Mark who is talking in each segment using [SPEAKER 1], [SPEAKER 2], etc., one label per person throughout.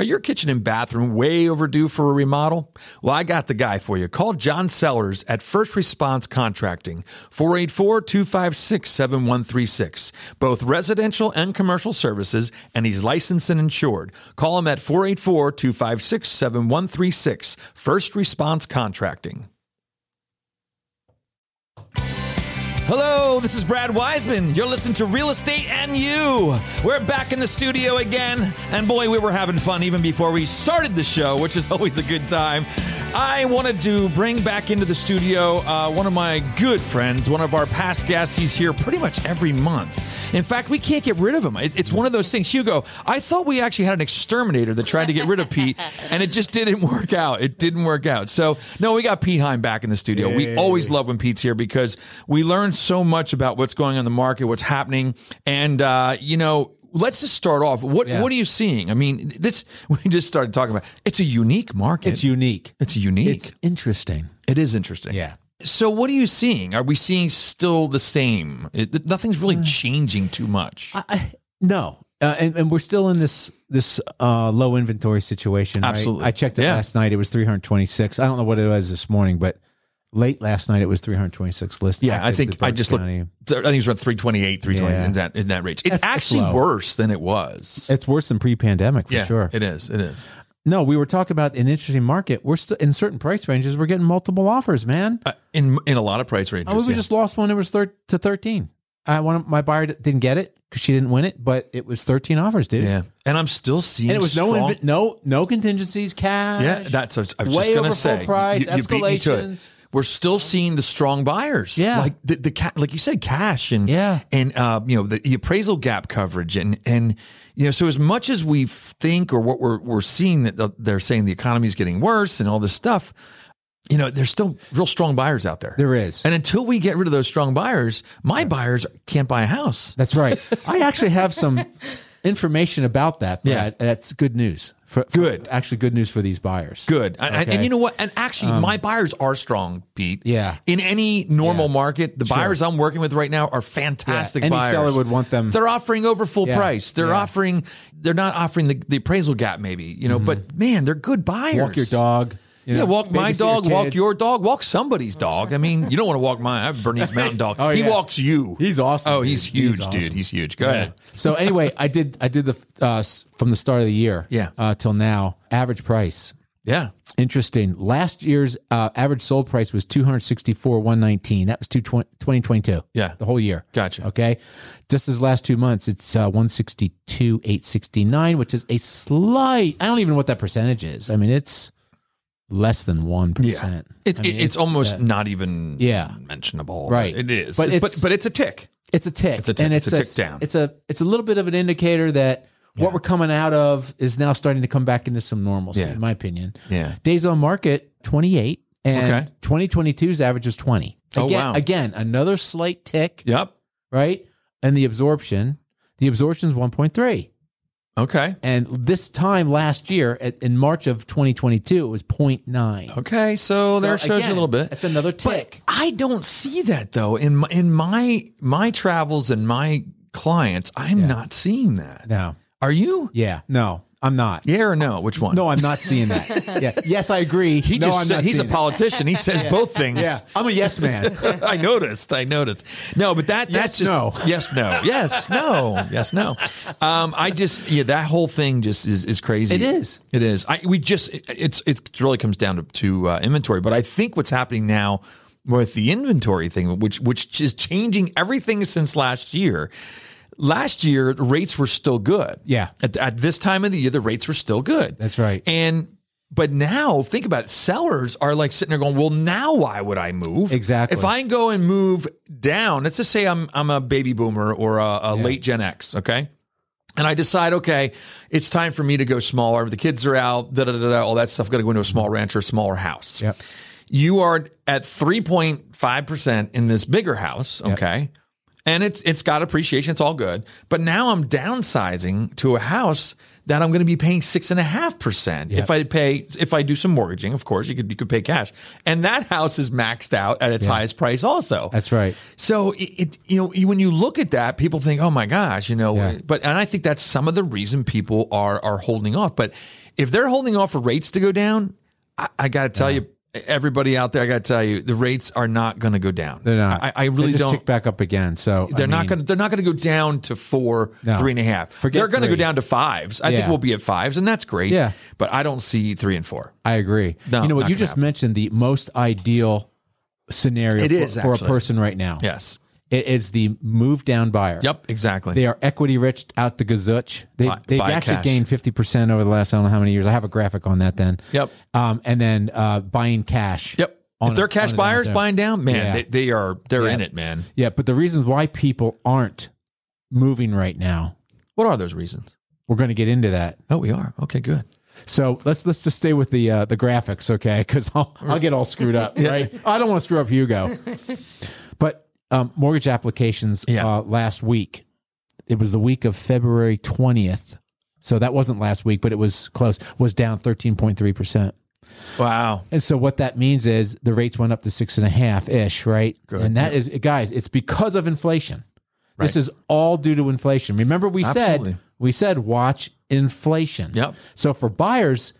[SPEAKER 1] Are your kitchen and bathroom way overdue for a remodel? Well, I got the guy for you. Call John Sellers at First Response Contracting, 484 256 7136. Both residential and commercial services, and he's licensed and insured. Call him at 484 256 7136. First Response Contracting. Hello, this is Brad Wiseman. You're listening to Real Estate and You. We're back in the studio again, and boy, we were having fun even before we started the show, which is always a good time. I wanted to bring back into the studio uh, one of my good friends, one of our past guests. He's here pretty much every month. In fact, we can't get rid of him. It- it's one of those things. Hugo, I thought we actually had an exterminator that tried to get rid of Pete, and it just didn't work out. It didn't work out. So, no, we got Pete Heim back in the studio. We always love when Pete's here because we learn so much about what's going on in the market, what's happening, and uh, you know. Let's just start off. What
[SPEAKER 2] Yeah.
[SPEAKER 1] what are you seeing? I mean, this we just started talking about. It's a unique market.
[SPEAKER 2] It's unique.
[SPEAKER 1] It's unique.
[SPEAKER 2] It's interesting.
[SPEAKER 1] It is interesting.
[SPEAKER 2] Yeah.
[SPEAKER 1] So, what are you seeing? Are we seeing still the same? It, th- nothing's
[SPEAKER 2] Uh,
[SPEAKER 1] really changing too much.
[SPEAKER 2] I, I, no, uh, and, and we're still in this this uh, low inventory situation. right?
[SPEAKER 1] Absolutely.
[SPEAKER 2] I checked it
[SPEAKER 1] Yeah.
[SPEAKER 2] last night. It was 326. I don't know what it was this morning, but late last night it was 326 list.
[SPEAKER 1] yeah, I
[SPEAKER 2] actives
[SPEAKER 1] think
[SPEAKER 2] in
[SPEAKER 1] I
[SPEAKER 2] Berks
[SPEAKER 1] just looked. I
[SPEAKER 2] County.
[SPEAKER 1] think it was around 328, 320
[SPEAKER 2] Yeah.
[SPEAKER 1] in, that, in that range. It's
[SPEAKER 2] That's- that's
[SPEAKER 1] actually
[SPEAKER 2] low.
[SPEAKER 1] worse than it was.
[SPEAKER 2] It's worse than pre-pandemic for
[SPEAKER 1] yeah,
[SPEAKER 2] sure.
[SPEAKER 1] It is. It is.
[SPEAKER 2] no, we were talking about an interesting market. We're still in certain price ranges. We're getting multiple offers, man.
[SPEAKER 1] Uh, in in a lot of price ranges.
[SPEAKER 2] Oh,
[SPEAKER 1] yeah.
[SPEAKER 2] we just lost one. It was thir- to 13. I one of my buyer didn't get it because she didn't win it, but it was 13 offers, dude.
[SPEAKER 1] yeah. And I'm still seeing.
[SPEAKER 2] And it was
[SPEAKER 1] strong,
[SPEAKER 2] no invi- no no contingencies, cash.
[SPEAKER 1] Yeah, that's. I was I was
[SPEAKER 2] Way
[SPEAKER 1] just
[SPEAKER 2] over
[SPEAKER 1] gonna
[SPEAKER 2] full
[SPEAKER 1] say.
[SPEAKER 2] price,
[SPEAKER 1] beat me to it.
[SPEAKER 2] escalations.
[SPEAKER 1] We're still seeing the strong buyers.
[SPEAKER 2] Yeah.
[SPEAKER 1] like the, the ca- like you said, cash and
[SPEAKER 2] Yeah.
[SPEAKER 1] and uh, you know the, the appraisal gap coverage and and you know so as much as we think or what we're we're seeing that the- they're saying the economy is getting worse and all this stuff, you know, there's still real strong buyers out there.
[SPEAKER 2] there is.
[SPEAKER 1] And until we get rid of those strong buyers, my buyers can't buy a house.
[SPEAKER 2] That's right. I actually have some information about that. Brad. that's good news. For, for-
[SPEAKER 1] Good.
[SPEAKER 2] actually, good news for these buyers.
[SPEAKER 1] Good. And- And, and
[SPEAKER 2] Okay. Um,
[SPEAKER 1] you know what? And actually, my buyers are strong, Pete.
[SPEAKER 2] Yeah.
[SPEAKER 1] In any normal market, the buyers I'm working with right now are fantastic
[SPEAKER 2] Yeah, any
[SPEAKER 1] buyers.
[SPEAKER 2] seller would want them-
[SPEAKER 1] They're offering over full
[SPEAKER 2] Yeah,
[SPEAKER 1] price. They're
[SPEAKER 2] yeah.
[SPEAKER 1] offering, they're not offering the, the appraisal gap, maybe, you know, but man, they're good buyers.
[SPEAKER 2] Mm-hmm. Walk your dog. you
[SPEAKER 1] yeah,
[SPEAKER 2] know,
[SPEAKER 1] walk my
[SPEAKER 2] babysit
[SPEAKER 1] dog, walk
[SPEAKER 2] kids.
[SPEAKER 1] your dog, walk somebody's dog. I mean, you don't want to walk mine. I have Bernese Mountain Dog.
[SPEAKER 2] Oh,
[SPEAKER 1] He
[SPEAKER 2] yeah.
[SPEAKER 1] walks you.
[SPEAKER 2] He's awesome,
[SPEAKER 1] Oh,
[SPEAKER 2] dude.
[SPEAKER 1] he's
[SPEAKER 2] He's
[SPEAKER 1] huge, dude.
[SPEAKER 2] awesome.
[SPEAKER 1] He's huge. Go
[SPEAKER 2] Yeah.
[SPEAKER 1] ahead.
[SPEAKER 2] So anyway, I did. I did the uh, s- from the start of the year.
[SPEAKER 1] Yeah.
[SPEAKER 2] Uh, till now, average price.
[SPEAKER 1] Yeah.
[SPEAKER 2] Interesting. Last year's uh, average sold price was two hundred sixty four one nineteen. That was 220 2022.
[SPEAKER 1] Yeah.
[SPEAKER 2] the whole year.
[SPEAKER 1] Gotcha.
[SPEAKER 2] Okay, just this last two months, it's uh, one sixty two eight sixty nine, which is a slight. I don't even know what that percentage is. I mean, it's less than one percent.
[SPEAKER 1] It,
[SPEAKER 2] I mean,
[SPEAKER 1] it- it's, almost
[SPEAKER 2] uh,
[SPEAKER 1] not even
[SPEAKER 2] Yeah.
[SPEAKER 1] mentionable.
[SPEAKER 2] Right.
[SPEAKER 1] It is.
[SPEAKER 2] But
[SPEAKER 1] It- but,
[SPEAKER 2] it's-
[SPEAKER 1] but it's a tick.
[SPEAKER 2] it's a tick. It's
[SPEAKER 1] a tick.
[SPEAKER 2] And
[SPEAKER 1] It's
[SPEAKER 2] it's,
[SPEAKER 1] a
[SPEAKER 2] a,
[SPEAKER 1] tick down.
[SPEAKER 2] It's a it's a little bit of an indicator that what we're coming out of is now starting to come back into some normalcy,
[SPEAKER 1] Yeah.
[SPEAKER 2] in my opinion.
[SPEAKER 1] Yeah.
[SPEAKER 2] Days on market, 28.
[SPEAKER 1] Okay.
[SPEAKER 2] And 2022's average is 20.
[SPEAKER 1] Oh,
[SPEAKER 2] Again,
[SPEAKER 1] wow.
[SPEAKER 2] again, another slight tick,
[SPEAKER 1] Yep.
[SPEAKER 2] right? And the absorption, the absorption's 1.3.
[SPEAKER 1] Okay.
[SPEAKER 2] And this time last year, at, in March of 2022, it was 0.9.
[SPEAKER 1] Okay. So,
[SPEAKER 2] So
[SPEAKER 1] there shows you
[SPEAKER 2] again,
[SPEAKER 1] a little bit.
[SPEAKER 2] That's another tick.
[SPEAKER 1] But I don't see that though in my, in my my travels and my clients. I'm not seeing that.
[SPEAKER 2] no.
[SPEAKER 1] Are you?
[SPEAKER 2] Yeah. No, I'm not.
[SPEAKER 1] Yeah or no? Which one?
[SPEAKER 2] No, I'm not seeing that. Yeah. Yes, I agree.
[SPEAKER 1] He
[SPEAKER 2] no,
[SPEAKER 1] just
[SPEAKER 2] I'm
[SPEAKER 1] said,
[SPEAKER 2] not
[SPEAKER 1] he's a
[SPEAKER 2] seeing it.
[SPEAKER 1] politician. He says both things.
[SPEAKER 2] Yeah, I'm a yes man.
[SPEAKER 1] I noticed. I noticed. No, but that that's
[SPEAKER 2] Yes,
[SPEAKER 1] just
[SPEAKER 2] no.
[SPEAKER 1] yes, no, yes, no, yes, no. Um, I just yeah, that whole thing just is, is crazy.
[SPEAKER 2] It is.
[SPEAKER 1] It is. I we just it- it's it really comes down to, to uh, inventory. But I think what's happening now with the inventory thing, which which is changing everything since last year. Last year rates were still good.
[SPEAKER 2] Yeah.
[SPEAKER 1] At, at this time of the year, the rates were still good.
[SPEAKER 2] That's right.
[SPEAKER 1] And but now think about it. Sellers are like sitting there going, "Well, now why would I move?
[SPEAKER 2] Exactly.
[SPEAKER 1] If I go and move down, let's just say I'm I'm a baby boomer or a, a late Gen X, okay." And I decide, okay, it's time for me to go smaller. The kids are out, da da da, da all that stuff. Got to go into a small ranch or smaller house.
[SPEAKER 2] Yep.
[SPEAKER 1] You are at three point five percent in this bigger house, okay, and it's it's got appreciation. It's all good, but now I'm downsizing to a house that I'm going to be paying six and a half percent if I pay if I do some mortgaging. Of course, you could you could pay cash, and that house is maxed out at its highest price. Also,
[SPEAKER 2] That's right.
[SPEAKER 1] so it, it you know you- when you look at that, people think, oh my gosh, you know.
[SPEAKER 2] Yeah.
[SPEAKER 1] But and I think that's some of the reason people are are holding off. But if they're holding off for rates to go down, I, I got to tell you, everybody out there, I got to tell you, the rates are not going to go down.
[SPEAKER 2] They're not.
[SPEAKER 1] I, I really
[SPEAKER 2] they just
[SPEAKER 1] don't.
[SPEAKER 2] Tick back up again. So
[SPEAKER 1] they're
[SPEAKER 2] I
[SPEAKER 1] not
[SPEAKER 2] mean,
[SPEAKER 1] going. to They're not going to go down to four,
[SPEAKER 2] No.
[SPEAKER 1] three and a half.
[SPEAKER 2] Forget
[SPEAKER 1] they're going to go
[SPEAKER 2] three.
[SPEAKER 1] down to fives. I think
[SPEAKER 2] Yeah.
[SPEAKER 1] we'll be at fives, and that's great.
[SPEAKER 2] Yeah.
[SPEAKER 1] But I don't see three and four.
[SPEAKER 2] I agree.
[SPEAKER 1] No,
[SPEAKER 2] you know
[SPEAKER 1] not
[SPEAKER 2] what? You
[SPEAKER 1] gonna
[SPEAKER 2] just
[SPEAKER 1] happen.
[SPEAKER 2] mentioned the most ideal scenario
[SPEAKER 1] It
[SPEAKER 2] for,
[SPEAKER 1] is,
[SPEAKER 2] for a
[SPEAKER 1] actually.
[SPEAKER 2] person right now.
[SPEAKER 1] Yes.
[SPEAKER 2] It is the move down buyer.
[SPEAKER 1] Yep. Exactly.
[SPEAKER 2] They are equity rich out the gazuch. They,
[SPEAKER 1] Buy-
[SPEAKER 2] they've
[SPEAKER 1] buy
[SPEAKER 2] actually
[SPEAKER 1] cash.
[SPEAKER 2] gained 50% over the last, I don't know how many years. I have a graphic on that then.
[SPEAKER 1] Yep.
[SPEAKER 2] Um, and then uh, buying cash.
[SPEAKER 1] Yep.
[SPEAKER 2] on
[SPEAKER 1] If they're
[SPEAKER 2] a-
[SPEAKER 1] cash
[SPEAKER 2] on a
[SPEAKER 1] buyers
[SPEAKER 2] downturn.
[SPEAKER 1] buying down, man,
[SPEAKER 2] Yeah.
[SPEAKER 1] they, they are they're in it, man.
[SPEAKER 2] Yeah. But the reasons why people aren't moving right now,
[SPEAKER 1] What are those reasons?
[SPEAKER 2] we're going to get into that.
[SPEAKER 1] Oh, we are. Okay, good.
[SPEAKER 2] So let's let's just stay with the uh, the graphics, okay? Because I'll I'll get all screwed up, right? I don't want to screw up Hugo. But um, mortgage applications
[SPEAKER 1] Yeah.
[SPEAKER 2] uh, last week, it was the week of February twentieth, so that wasn't last week, but it was close. Was down thirteen point three percent,
[SPEAKER 1] Wow.
[SPEAKER 2] and so what that means is the rates went up to six and a half ish, right?
[SPEAKER 1] Good,
[SPEAKER 2] And that is, guys, it's because of inflation. This
[SPEAKER 1] Right.
[SPEAKER 2] is all due to inflation. Remember, we
[SPEAKER 1] Absolutely.
[SPEAKER 2] said we said watch inflation.
[SPEAKER 1] Yep.
[SPEAKER 2] So for buyers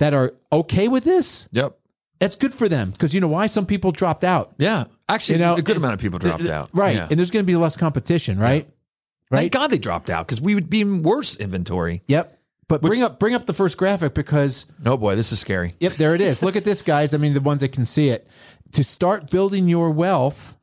[SPEAKER 2] that are okay with this,
[SPEAKER 1] Yep.
[SPEAKER 2] that's good for them because you know why some people dropped out,
[SPEAKER 1] Yeah. Actually,
[SPEAKER 2] You know,
[SPEAKER 1] a good
[SPEAKER 2] it's-
[SPEAKER 1] amount of people dropped out.
[SPEAKER 2] right?
[SPEAKER 1] Yeah.
[SPEAKER 2] And there's going to be less competition, right?
[SPEAKER 1] Thank
[SPEAKER 2] Right.
[SPEAKER 1] God they dropped out because we would be in worse inventory.
[SPEAKER 2] Yep. But bring up bring up the first graphic because
[SPEAKER 1] Oh boy, this is scary.
[SPEAKER 2] Yep, there it is. Look at this, guys. I mean, the ones that can see it. To start building your wealth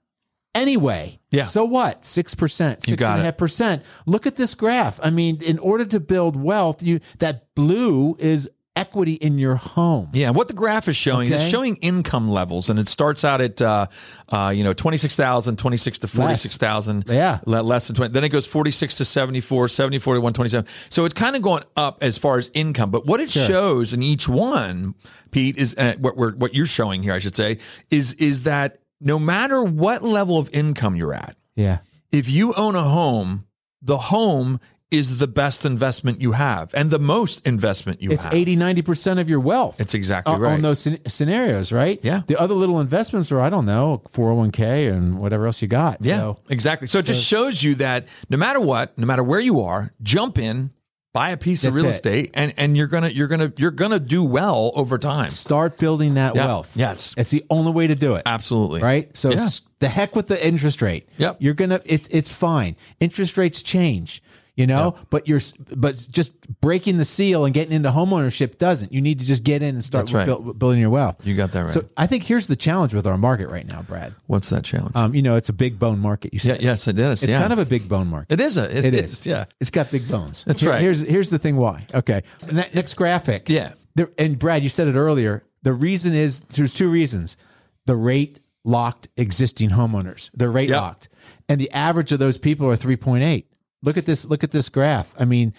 [SPEAKER 2] anyway.
[SPEAKER 1] Yeah.
[SPEAKER 2] So what? Six percent, six
[SPEAKER 1] got
[SPEAKER 2] and a
[SPEAKER 1] it.
[SPEAKER 2] half percent. Look at this graph. I mean, in order to build wealth, you that blue is equity in your home.
[SPEAKER 1] Yeah, what the graph is showing it's
[SPEAKER 2] Okay.
[SPEAKER 1] showing income levels, and it starts out at uh, uh, you know twenty six thousand, twenty six to forty six thousand,
[SPEAKER 2] Yeah.
[SPEAKER 1] le- less than twenty. Then it goes forty six to 74, 74 to one twenty seven. So it's kind of going up as far as income, but what it shows in each one, Pete, is uh, what we're what you're showing here, I should say, is is that no matter what level of income you're at,
[SPEAKER 2] Yeah.
[SPEAKER 1] if you own a home, the home is the best investment you have and the most investment you
[SPEAKER 2] It's
[SPEAKER 1] have.
[SPEAKER 2] 80, 90% of your wealth.
[SPEAKER 1] It's exactly
[SPEAKER 2] uh,
[SPEAKER 1] right.
[SPEAKER 2] on those scen- scenarios, right?
[SPEAKER 1] Yeah.
[SPEAKER 2] The other little investments are, I don't know, 401k and whatever else you got.
[SPEAKER 1] Yeah,
[SPEAKER 2] So,
[SPEAKER 1] exactly. So, it just shows you that no matter what, no matter where you are, jump in, buy a piece of
[SPEAKER 2] That's
[SPEAKER 1] real
[SPEAKER 2] it.
[SPEAKER 1] estate, and and you're gonna you're gonna you're gonna do well over time.
[SPEAKER 2] start building that
[SPEAKER 1] Yeah.
[SPEAKER 2] wealth.
[SPEAKER 1] Yes,
[SPEAKER 2] It's the only way to do it.
[SPEAKER 1] absolutely.
[SPEAKER 2] right? So
[SPEAKER 1] Yeah.
[SPEAKER 2] s- the heck with the interest rate.
[SPEAKER 1] Yep.
[SPEAKER 2] You're gonna it's it's fine. Interest rates change, you know, but you're s- but just breaking the seal and getting into homeownership doesn't. You need to just get in and start
[SPEAKER 1] That's right.
[SPEAKER 2] buil- building your wealth.
[SPEAKER 1] You got that right.
[SPEAKER 2] So I think here's the challenge with our market right now, Brad.
[SPEAKER 1] What's that challenge?
[SPEAKER 2] Um, you know, it's a big bone market. You
[SPEAKER 1] yeah,
[SPEAKER 2] said
[SPEAKER 1] yes, it is.
[SPEAKER 2] it's
[SPEAKER 1] yeah.
[SPEAKER 2] kind of a big bone market.
[SPEAKER 1] it is a
[SPEAKER 2] It
[SPEAKER 1] it's,
[SPEAKER 2] is.
[SPEAKER 1] Yeah,
[SPEAKER 2] It's got big bones.
[SPEAKER 1] That's right.
[SPEAKER 2] Here's here's the thing why. Okay. And that next graphic.
[SPEAKER 1] Yeah.
[SPEAKER 2] There, and Brad, you said it earlier. The reason is there's two reasons. The rate locked existing homeowners. They're rate
[SPEAKER 1] Yep.
[SPEAKER 2] locked. And the average of those people are 3.8. Look at this look at this graph. I mean,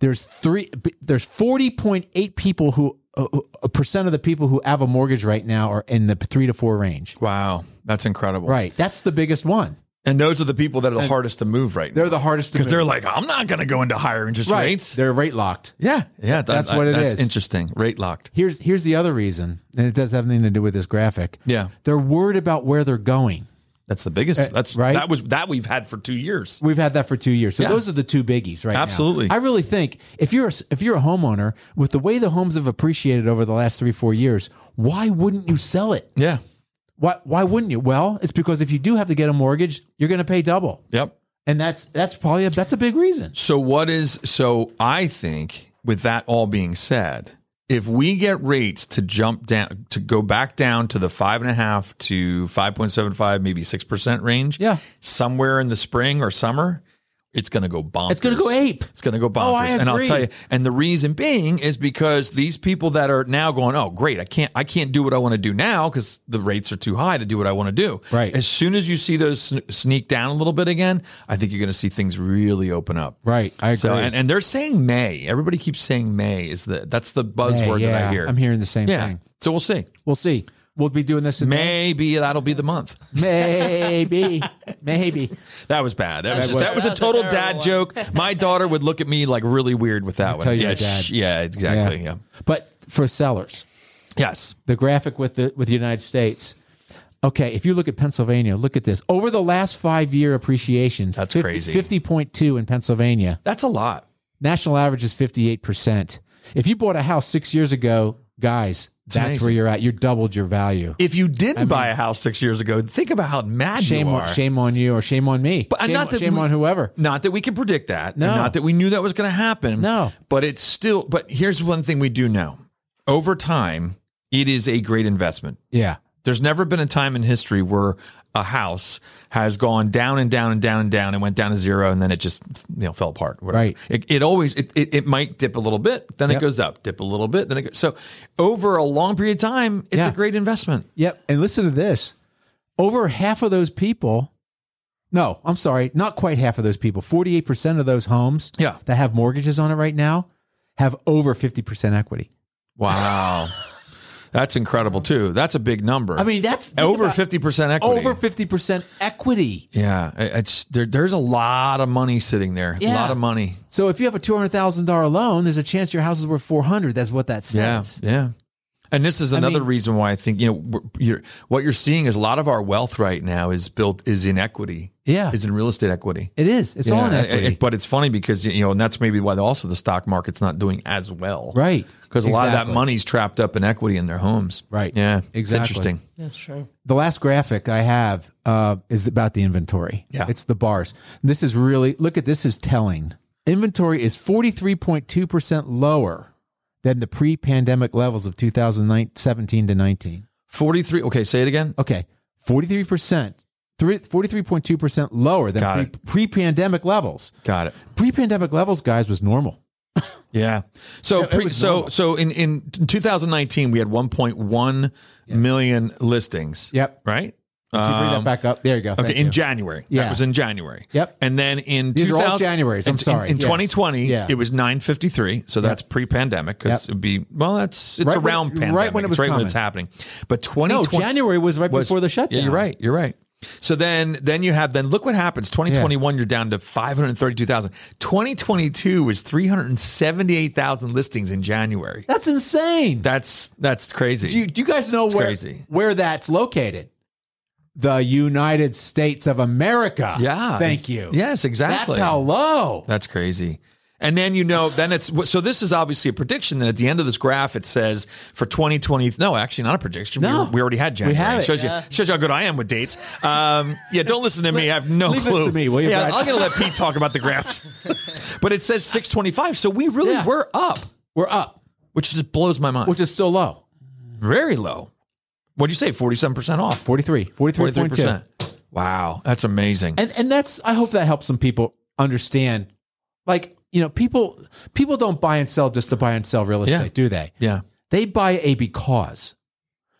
[SPEAKER 2] there's three there's 40.8 people who uh, uh, percent of the people who have a mortgage right now are in the 3 to 4 range.
[SPEAKER 1] wow, that's incredible.
[SPEAKER 2] Right. That's the biggest one.
[SPEAKER 1] and those are the people that are the hardest to move right now
[SPEAKER 2] They're the hardest to
[SPEAKER 1] because
[SPEAKER 2] move.
[SPEAKER 1] they're like, I'm not gonna go into higher interest
[SPEAKER 2] right.
[SPEAKER 1] rates.
[SPEAKER 2] They're rate locked.
[SPEAKER 1] yeah, yeah, that-
[SPEAKER 2] That's what it
[SPEAKER 1] that's
[SPEAKER 2] is.
[SPEAKER 1] Interesting. Rate locked.
[SPEAKER 2] Here's here's the other reason, and it does have nothing to do with this graphic.
[SPEAKER 1] Yeah,
[SPEAKER 2] They're worried about where they're going.
[SPEAKER 1] that's the biggest. That's
[SPEAKER 2] Eh, right.
[SPEAKER 1] That was that we've had for two years.
[SPEAKER 2] We've had that for two years. So
[SPEAKER 1] Yeah.
[SPEAKER 2] those are the two biggies right now.
[SPEAKER 1] Absolutely.
[SPEAKER 2] I really think if you're a, if you're a homeowner with the way the homes have appreciated over the last three four years, why wouldn't you sell it?
[SPEAKER 1] Yeah.
[SPEAKER 2] Why why wouldn't you? Well, it's because if you do have to get a mortgage, you're going to pay double,
[SPEAKER 1] Yep.
[SPEAKER 2] and that's that's probably a, that's a big reason.
[SPEAKER 1] So what is so I think with that all being said, if we get rates to jump down to go back down to the five and a half to five point seven five, maybe six percent range,
[SPEAKER 2] Yeah.
[SPEAKER 1] somewhere in the spring or summer, it's gonna go bonkers.
[SPEAKER 2] It's going to go ape.
[SPEAKER 1] It's going to go bonkers.
[SPEAKER 2] Oh, I
[SPEAKER 1] And I'll
[SPEAKER 2] agree.
[SPEAKER 1] tell you, and the reason being is because these people that are now going, oh, great, I can't, I can't do what I want to do now because the rates are too high to do what I want to do.
[SPEAKER 2] Right.
[SPEAKER 1] As soon as you see those sn- sneak down a little bit again, I think you're going to see things really open up.
[SPEAKER 2] Right. I agree.
[SPEAKER 1] So, and, and they're saying May. Everybody keeps saying May is the that's the
[SPEAKER 2] Hey,
[SPEAKER 1] buzzword that
[SPEAKER 2] yeah,
[SPEAKER 1] I hear.
[SPEAKER 2] I'm hearing the same
[SPEAKER 1] yeah.
[SPEAKER 2] thing.
[SPEAKER 1] So we'll see.
[SPEAKER 2] We'll see. We'll be doing this in May.
[SPEAKER 1] Maybe that'll be the month.
[SPEAKER 2] Maybe. Maybe.
[SPEAKER 1] That was bad. That was,
[SPEAKER 2] was-
[SPEAKER 1] just, that was a
[SPEAKER 3] that was a
[SPEAKER 1] total
[SPEAKER 3] terrible
[SPEAKER 1] dad
[SPEAKER 3] one.
[SPEAKER 1] joke. My daughter would look at me like really weird with that one.
[SPEAKER 2] tell you
[SPEAKER 1] yeah,
[SPEAKER 2] your dad.
[SPEAKER 1] sh- yeah, exactly. Yeah.
[SPEAKER 2] But for sellers,
[SPEAKER 1] Yes.
[SPEAKER 2] the graphic with the with the United States. Okay, if you look at Pennsylvania, look at this. Over the last five year appreciation,
[SPEAKER 1] That's crazy.
[SPEAKER 2] Fifty point two in Pennsylvania.
[SPEAKER 1] That's a lot.
[SPEAKER 2] National average is fifty eight percent. If you bought a house six years ago, guys, that's
[SPEAKER 1] amazing.
[SPEAKER 2] where you're at. You doubled your value.
[SPEAKER 1] If you didn't buy a house six years ago, think about how mad
[SPEAKER 2] Shame,
[SPEAKER 1] you
[SPEAKER 2] on,
[SPEAKER 1] are.
[SPEAKER 2] shame on you, or shame on me.
[SPEAKER 1] But
[SPEAKER 2] shame,
[SPEAKER 1] not that
[SPEAKER 2] shame
[SPEAKER 1] we-
[SPEAKER 2] on whoever.
[SPEAKER 1] Not that we can predict that. and
[SPEAKER 2] No.
[SPEAKER 1] Not that we knew that was going to happen.
[SPEAKER 2] No.
[SPEAKER 1] But it's still, but here's one thing we do know over time, it is a great investment.
[SPEAKER 2] Yeah,
[SPEAKER 1] There's never been a time in history where a house has gone down and down and down and down and went down to zero and then it just you know fell apart. whatever.
[SPEAKER 2] Right.
[SPEAKER 1] It, it always it, it it might dip a little bit, then
[SPEAKER 2] Yep.
[SPEAKER 1] it goes up, dip a little bit, then it goes. So over a long period of time, it's
[SPEAKER 2] Yeah.
[SPEAKER 1] a great investment.
[SPEAKER 2] Yep. And listen to this. Over half of those people, no, I'm sorry, not quite half of those people, 48% of those homes
[SPEAKER 1] Yeah.
[SPEAKER 2] that have mortgages on it right now have over 50% equity.
[SPEAKER 1] Wow. That's incredible too. That's a big number.
[SPEAKER 2] I mean, that's think
[SPEAKER 1] over
[SPEAKER 2] about-
[SPEAKER 1] fifty percent equity.
[SPEAKER 2] over 50% equity.
[SPEAKER 1] yeah, it- it's there, there's a lot of money sitting there. A
[SPEAKER 2] Yeah.
[SPEAKER 1] lot of money.
[SPEAKER 2] So if you have a $200,000 loan, there's a chance your house is worth 400. That's what that
[SPEAKER 1] Yeah,
[SPEAKER 2] says.
[SPEAKER 1] yeah. And this is another
[SPEAKER 2] mean-
[SPEAKER 1] reason why I think you know we're- you're, what you're seeing is a lot of our wealth right now is built is in equity.
[SPEAKER 2] Yeah.
[SPEAKER 1] is in real estate equity.
[SPEAKER 2] It is. It's all in
[SPEAKER 1] Yeah, I- I-
[SPEAKER 2] equity.
[SPEAKER 1] but it's funny because you know, and that's maybe why also the stock market's not doing as well,
[SPEAKER 2] right.
[SPEAKER 1] Because a lot of that
[SPEAKER 2] Exactly.
[SPEAKER 1] money's trapped up in equity in their homes.
[SPEAKER 2] Right.
[SPEAKER 1] Yeah.
[SPEAKER 2] Exactly.
[SPEAKER 1] It's interesting.
[SPEAKER 3] That's true.
[SPEAKER 2] the last graphic I have uh, is about the inventory.
[SPEAKER 1] Yeah.
[SPEAKER 2] It's the bars. This is really, look at this is telling. Inventory is 43.2% lower than the pre pandemic levels of 2017 to 19.
[SPEAKER 1] Forty three. Okay, say it again.
[SPEAKER 2] Okay. 43%, three- 43.2% lower
[SPEAKER 1] Got
[SPEAKER 2] than
[SPEAKER 1] it.
[SPEAKER 2] pre pandemic levels.
[SPEAKER 1] Got it.
[SPEAKER 2] Pre pandemic levels, guys, was normal.
[SPEAKER 1] Yeah. So
[SPEAKER 2] Yeah, it
[SPEAKER 1] pre,
[SPEAKER 2] was
[SPEAKER 1] so
[SPEAKER 2] normal.
[SPEAKER 1] so in in 2019 we had 1.1 million listings.
[SPEAKER 2] Yep.
[SPEAKER 1] Right.
[SPEAKER 2] Can you bring
[SPEAKER 1] Um,
[SPEAKER 2] that back up? There you go.
[SPEAKER 1] Okay,
[SPEAKER 2] Thank
[SPEAKER 1] in
[SPEAKER 2] you.
[SPEAKER 1] January.
[SPEAKER 2] Yeah.
[SPEAKER 1] That was in January.
[SPEAKER 2] Yep.
[SPEAKER 1] And then in
[SPEAKER 2] These are all
[SPEAKER 1] 2000
[SPEAKER 2] Januaries.
[SPEAKER 1] in-
[SPEAKER 2] I'm
[SPEAKER 1] in-
[SPEAKER 2] sorry.
[SPEAKER 1] In,
[SPEAKER 2] Yes.
[SPEAKER 1] 2020,
[SPEAKER 2] Yeah.
[SPEAKER 1] it was 953. So that's pre-pandemic because
[SPEAKER 2] Yep.
[SPEAKER 1] it'd be well. That's it's
[SPEAKER 2] Right when-
[SPEAKER 1] around
[SPEAKER 2] right
[SPEAKER 1] pandemic.
[SPEAKER 2] when it
[SPEAKER 1] It's
[SPEAKER 2] was
[SPEAKER 1] right when
[SPEAKER 2] common.
[SPEAKER 1] it's happening. But 2020
[SPEAKER 2] No, January was right
[SPEAKER 1] was-
[SPEAKER 2] before the shutdown.
[SPEAKER 1] Yeah, you're right. You're right. So then, then you have then look what happens. 2021, you're down to 532,000. 2022 was 378,000 listings in January.
[SPEAKER 2] That's insane.
[SPEAKER 1] That's that's crazy.
[SPEAKER 2] Do you, do you guys know where
[SPEAKER 1] crazy.
[SPEAKER 2] where that's located? The United States of America.
[SPEAKER 1] yeah.
[SPEAKER 2] Thank you.
[SPEAKER 1] Yes, exactly.
[SPEAKER 2] That's how low.
[SPEAKER 1] That's crazy. And then you know, then it's so this is obviously a prediction. Then at the end of this graph, it says for 2020. No, actually, not a prediction.
[SPEAKER 2] No.
[SPEAKER 1] we, we already had January.
[SPEAKER 2] We have it.
[SPEAKER 1] shows
[SPEAKER 3] Yeah.
[SPEAKER 1] you shows you how good I am with dates. Um, yeah, don't listen to me. I have no
[SPEAKER 2] leave this
[SPEAKER 1] clue.
[SPEAKER 2] to me, will you,
[SPEAKER 1] yeah,
[SPEAKER 2] Brad?
[SPEAKER 1] I'm gonna let Pete talk about the graphs. but it says 625, so we really
[SPEAKER 2] Yeah.
[SPEAKER 1] were up,
[SPEAKER 2] We're up,
[SPEAKER 1] which just blows my mind.
[SPEAKER 2] which is still low.
[SPEAKER 1] very low. What'd you say? 47 percent off.
[SPEAKER 2] 43,
[SPEAKER 1] 43
[SPEAKER 2] 43.2.
[SPEAKER 1] percent. Wow, that's amazing.
[SPEAKER 2] And and that's I hope that helps some people understand like, you know, people people don't buy and sell just to buy and sell real estate,
[SPEAKER 1] Yeah.
[SPEAKER 2] do they?
[SPEAKER 1] yeah,
[SPEAKER 2] They buy a because.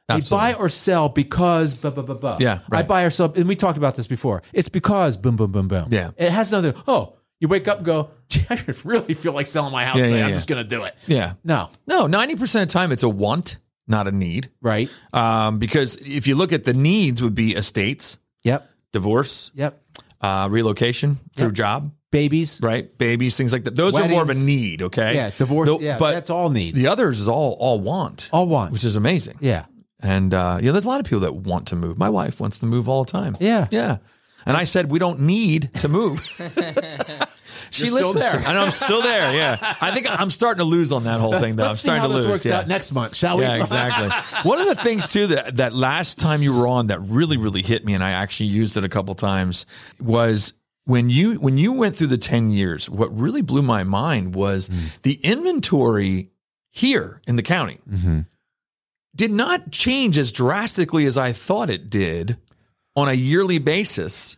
[SPEAKER 1] absolutely.
[SPEAKER 2] They buy or sell because blah, blah, blah, blah.
[SPEAKER 1] Yeah,
[SPEAKER 2] I
[SPEAKER 1] right.
[SPEAKER 2] buy or sell, and we talked about this before. It's because boom, boom, boom, boom.
[SPEAKER 1] Yeah.
[SPEAKER 2] It has nothing. Oh, you wake up and go, Gee, I really feel like selling my house
[SPEAKER 1] Yeah,
[SPEAKER 2] today.
[SPEAKER 1] yeah,
[SPEAKER 2] I'm
[SPEAKER 1] yeah.
[SPEAKER 2] just going to do it.
[SPEAKER 1] yeah,
[SPEAKER 2] No,
[SPEAKER 1] no, 90 percent of the time it's a want, not a need.
[SPEAKER 2] right?
[SPEAKER 1] um, because if you look at the needs would be estates
[SPEAKER 2] Yep,
[SPEAKER 1] divorce
[SPEAKER 2] yep.
[SPEAKER 1] uh, relocation through
[SPEAKER 2] Yep.
[SPEAKER 1] job
[SPEAKER 2] Babies.
[SPEAKER 1] right babies things like that those are more of a
[SPEAKER 2] Weddings.
[SPEAKER 1] need okay
[SPEAKER 2] Yeah, divorce.
[SPEAKER 1] Though-
[SPEAKER 2] yeah,
[SPEAKER 1] but
[SPEAKER 2] that's all needs.
[SPEAKER 1] the others is all all want
[SPEAKER 2] all want.
[SPEAKER 1] which is amazing
[SPEAKER 2] yeah,
[SPEAKER 1] and uh, you know there's a lot of people that want to move my wife wants to move all the time
[SPEAKER 2] Yeah.
[SPEAKER 1] yeah and I said we don't need to move she
[SPEAKER 2] You're still
[SPEAKER 1] lives there
[SPEAKER 2] there.
[SPEAKER 1] and I'm still there yeah I think I'm starting to lose on that whole thing though
[SPEAKER 2] Let's
[SPEAKER 1] I'm
[SPEAKER 2] see
[SPEAKER 1] starting
[SPEAKER 2] how
[SPEAKER 1] to
[SPEAKER 2] this
[SPEAKER 1] lose
[SPEAKER 2] works
[SPEAKER 1] yeah.
[SPEAKER 2] out next month, shall we?
[SPEAKER 1] Yeah, exactly. One of the things too that that last time you were on that really really hit me, and I actually used it a couple times was when you when you went through the ten years. What really blew my mind was
[SPEAKER 2] Hmm.
[SPEAKER 1] the inventory here in the county
[SPEAKER 2] Mhm.
[SPEAKER 1] did not change as drastically as I thought it did on a yearly basis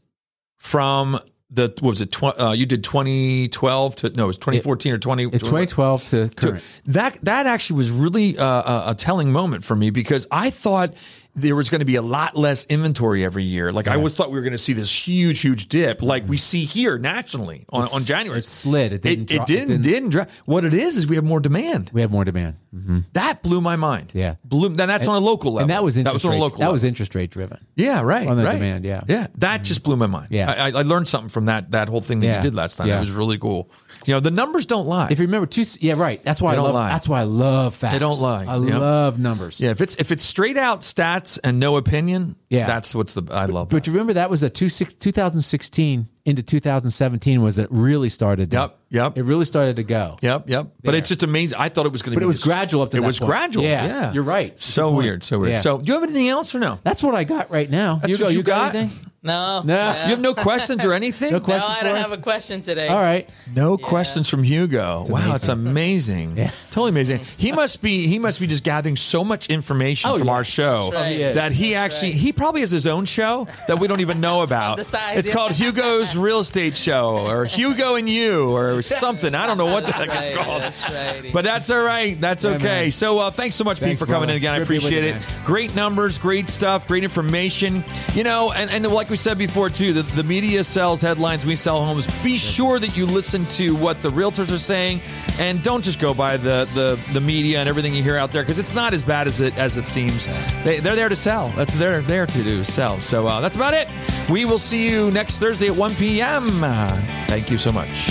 [SPEAKER 1] from. The what was it? Tw- uh, you did twenty twelve to no, it was twenty fourteen or twenty.
[SPEAKER 2] It's 2012 to
[SPEAKER 1] So
[SPEAKER 2] current.
[SPEAKER 1] uh, that that actually was really uh, a, a telling moment for me because I thought there was going to be a lot less inventory every year. Like I always thought we were going to see this huge, huge dip, like we see here nationally on, on January.
[SPEAKER 2] It slid. It didn't.
[SPEAKER 1] it,
[SPEAKER 2] drop-
[SPEAKER 1] didn't, didn't dra- What it is is we have more demand.
[SPEAKER 2] We have more demand, Mhm.
[SPEAKER 1] That blew my mind.
[SPEAKER 2] Yeah.
[SPEAKER 1] blew. Then that's on a local level.
[SPEAKER 2] and that was interest
[SPEAKER 1] that was on a
[SPEAKER 2] rate-
[SPEAKER 1] local.
[SPEAKER 2] That
[SPEAKER 1] level.
[SPEAKER 2] was interest rate driven.
[SPEAKER 1] Yeah, right.
[SPEAKER 2] on the
[SPEAKER 1] right.
[SPEAKER 2] demand, yeah. Mm-hmm.
[SPEAKER 1] yeah. That just blew my mind.
[SPEAKER 2] Yeah.
[SPEAKER 1] I, I I learned something from that that whole thing that
[SPEAKER 2] Yeah.
[SPEAKER 1] you did last time.
[SPEAKER 2] Yeah.
[SPEAKER 1] It was really cool. You know, the numbers don't lie.
[SPEAKER 2] If you remember, two. Yeah, right. That's why
[SPEAKER 1] They
[SPEAKER 2] I
[SPEAKER 1] don't
[SPEAKER 2] love.
[SPEAKER 1] lie.
[SPEAKER 2] That's why I love facts.
[SPEAKER 1] don't lie.
[SPEAKER 2] I
[SPEAKER 1] Yep.
[SPEAKER 2] love numbers.
[SPEAKER 1] yeah, if it's if it's straight out stats and no opinion,
[SPEAKER 2] Yeah.
[SPEAKER 1] that's what's the I love.
[SPEAKER 2] But you remember that was a two six, 2016 into 2017 was it really started. To,
[SPEAKER 1] Yep, yep.
[SPEAKER 2] It really started to go.
[SPEAKER 1] that. yep, yep. But it's just amazing. I thought it was going to,
[SPEAKER 2] But it was gradual up to
[SPEAKER 1] It
[SPEAKER 2] that
[SPEAKER 1] was
[SPEAKER 2] point.
[SPEAKER 1] gradual.
[SPEAKER 2] Yeah,
[SPEAKER 1] Yeah,
[SPEAKER 2] you're right. It's a
[SPEAKER 1] So
[SPEAKER 2] good point.
[SPEAKER 1] weird, so weird.
[SPEAKER 2] Yeah.
[SPEAKER 1] So, do you have anything else or no?
[SPEAKER 2] That's what I got right now.
[SPEAKER 1] That's
[SPEAKER 2] Hugo,
[SPEAKER 1] what you
[SPEAKER 2] you got,
[SPEAKER 1] got?
[SPEAKER 2] anything?
[SPEAKER 3] No.
[SPEAKER 2] No.
[SPEAKER 1] You have no questions or anything?
[SPEAKER 2] No
[SPEAKER 3] No,
[SPEAKER 2] questions
[SPEAKER 3] I
[SPEAKER 2] for
[SPEAKER 3] don't
[SPEAKER 2] us?
[SPEAKER 3] have a question today.
[SPEAKER 2] All right.
[SPEAKER 1] No questions from Hugo. wow, it's amazing.
[SPEAKER 2] Yeah.
[SPEAKER 1] Totally amazing. He must be he must be just gathering so much information
[SPEAKER 2] Oh,
[SPEAKER 1] from
[SPEAKER 2] yeah.
[SPEAKER 1] our show
[SPEAKER 3] That's right.
[SPEAKER 2] Oh, yeah.
[SPEAKER 1] that he actually he probably has his own show that we don't even know about.
[SPEAKER 3] the side,
[SPEAKER 1] it's
[SPEAKER 3] yeah.
[SPEAKER 1] called Hugo's Real Estate Show or Hugo and You or something. I don't know what the heck
[SPEAKER 3] That's
[SPEAKER 1] it's
[SPEAKER 3] right,
[SPEAKER 1] called.
[SPEAKER 3] that's right.
[SPEAKER 1] But that's all right. That's okay.
[SPEAKER 2] man.
[SPEAKER 1] So uh, thanks so much,
[SPEAKER 2] Thanks,
[SPEAKER 1] Pete, for coming
[SPEAKER 2] brother.
[SPEAKER 1] in again. I
[SPEAKER 2] Good to be with
[SPEAKER 1] appreciate
[SPEAKER 2] you,
[SPEAKER 1] it.
[SPEAKER 2] man.
[SPEAKER 1] Great numbers, great stuff, great information. You know, and, and like we said before, too, the, the media sells headlines, we sell homes. Be sure that you listen to what the realtors are saying and don't just go by the, the, the media and everything you hear out there because it's not as bad as it as it seems. They, they're there to sell. That's what they're there to do, sell. So uh, that's about it. We will see you next Thursday at 1 p.m. Uh, Thank you so much.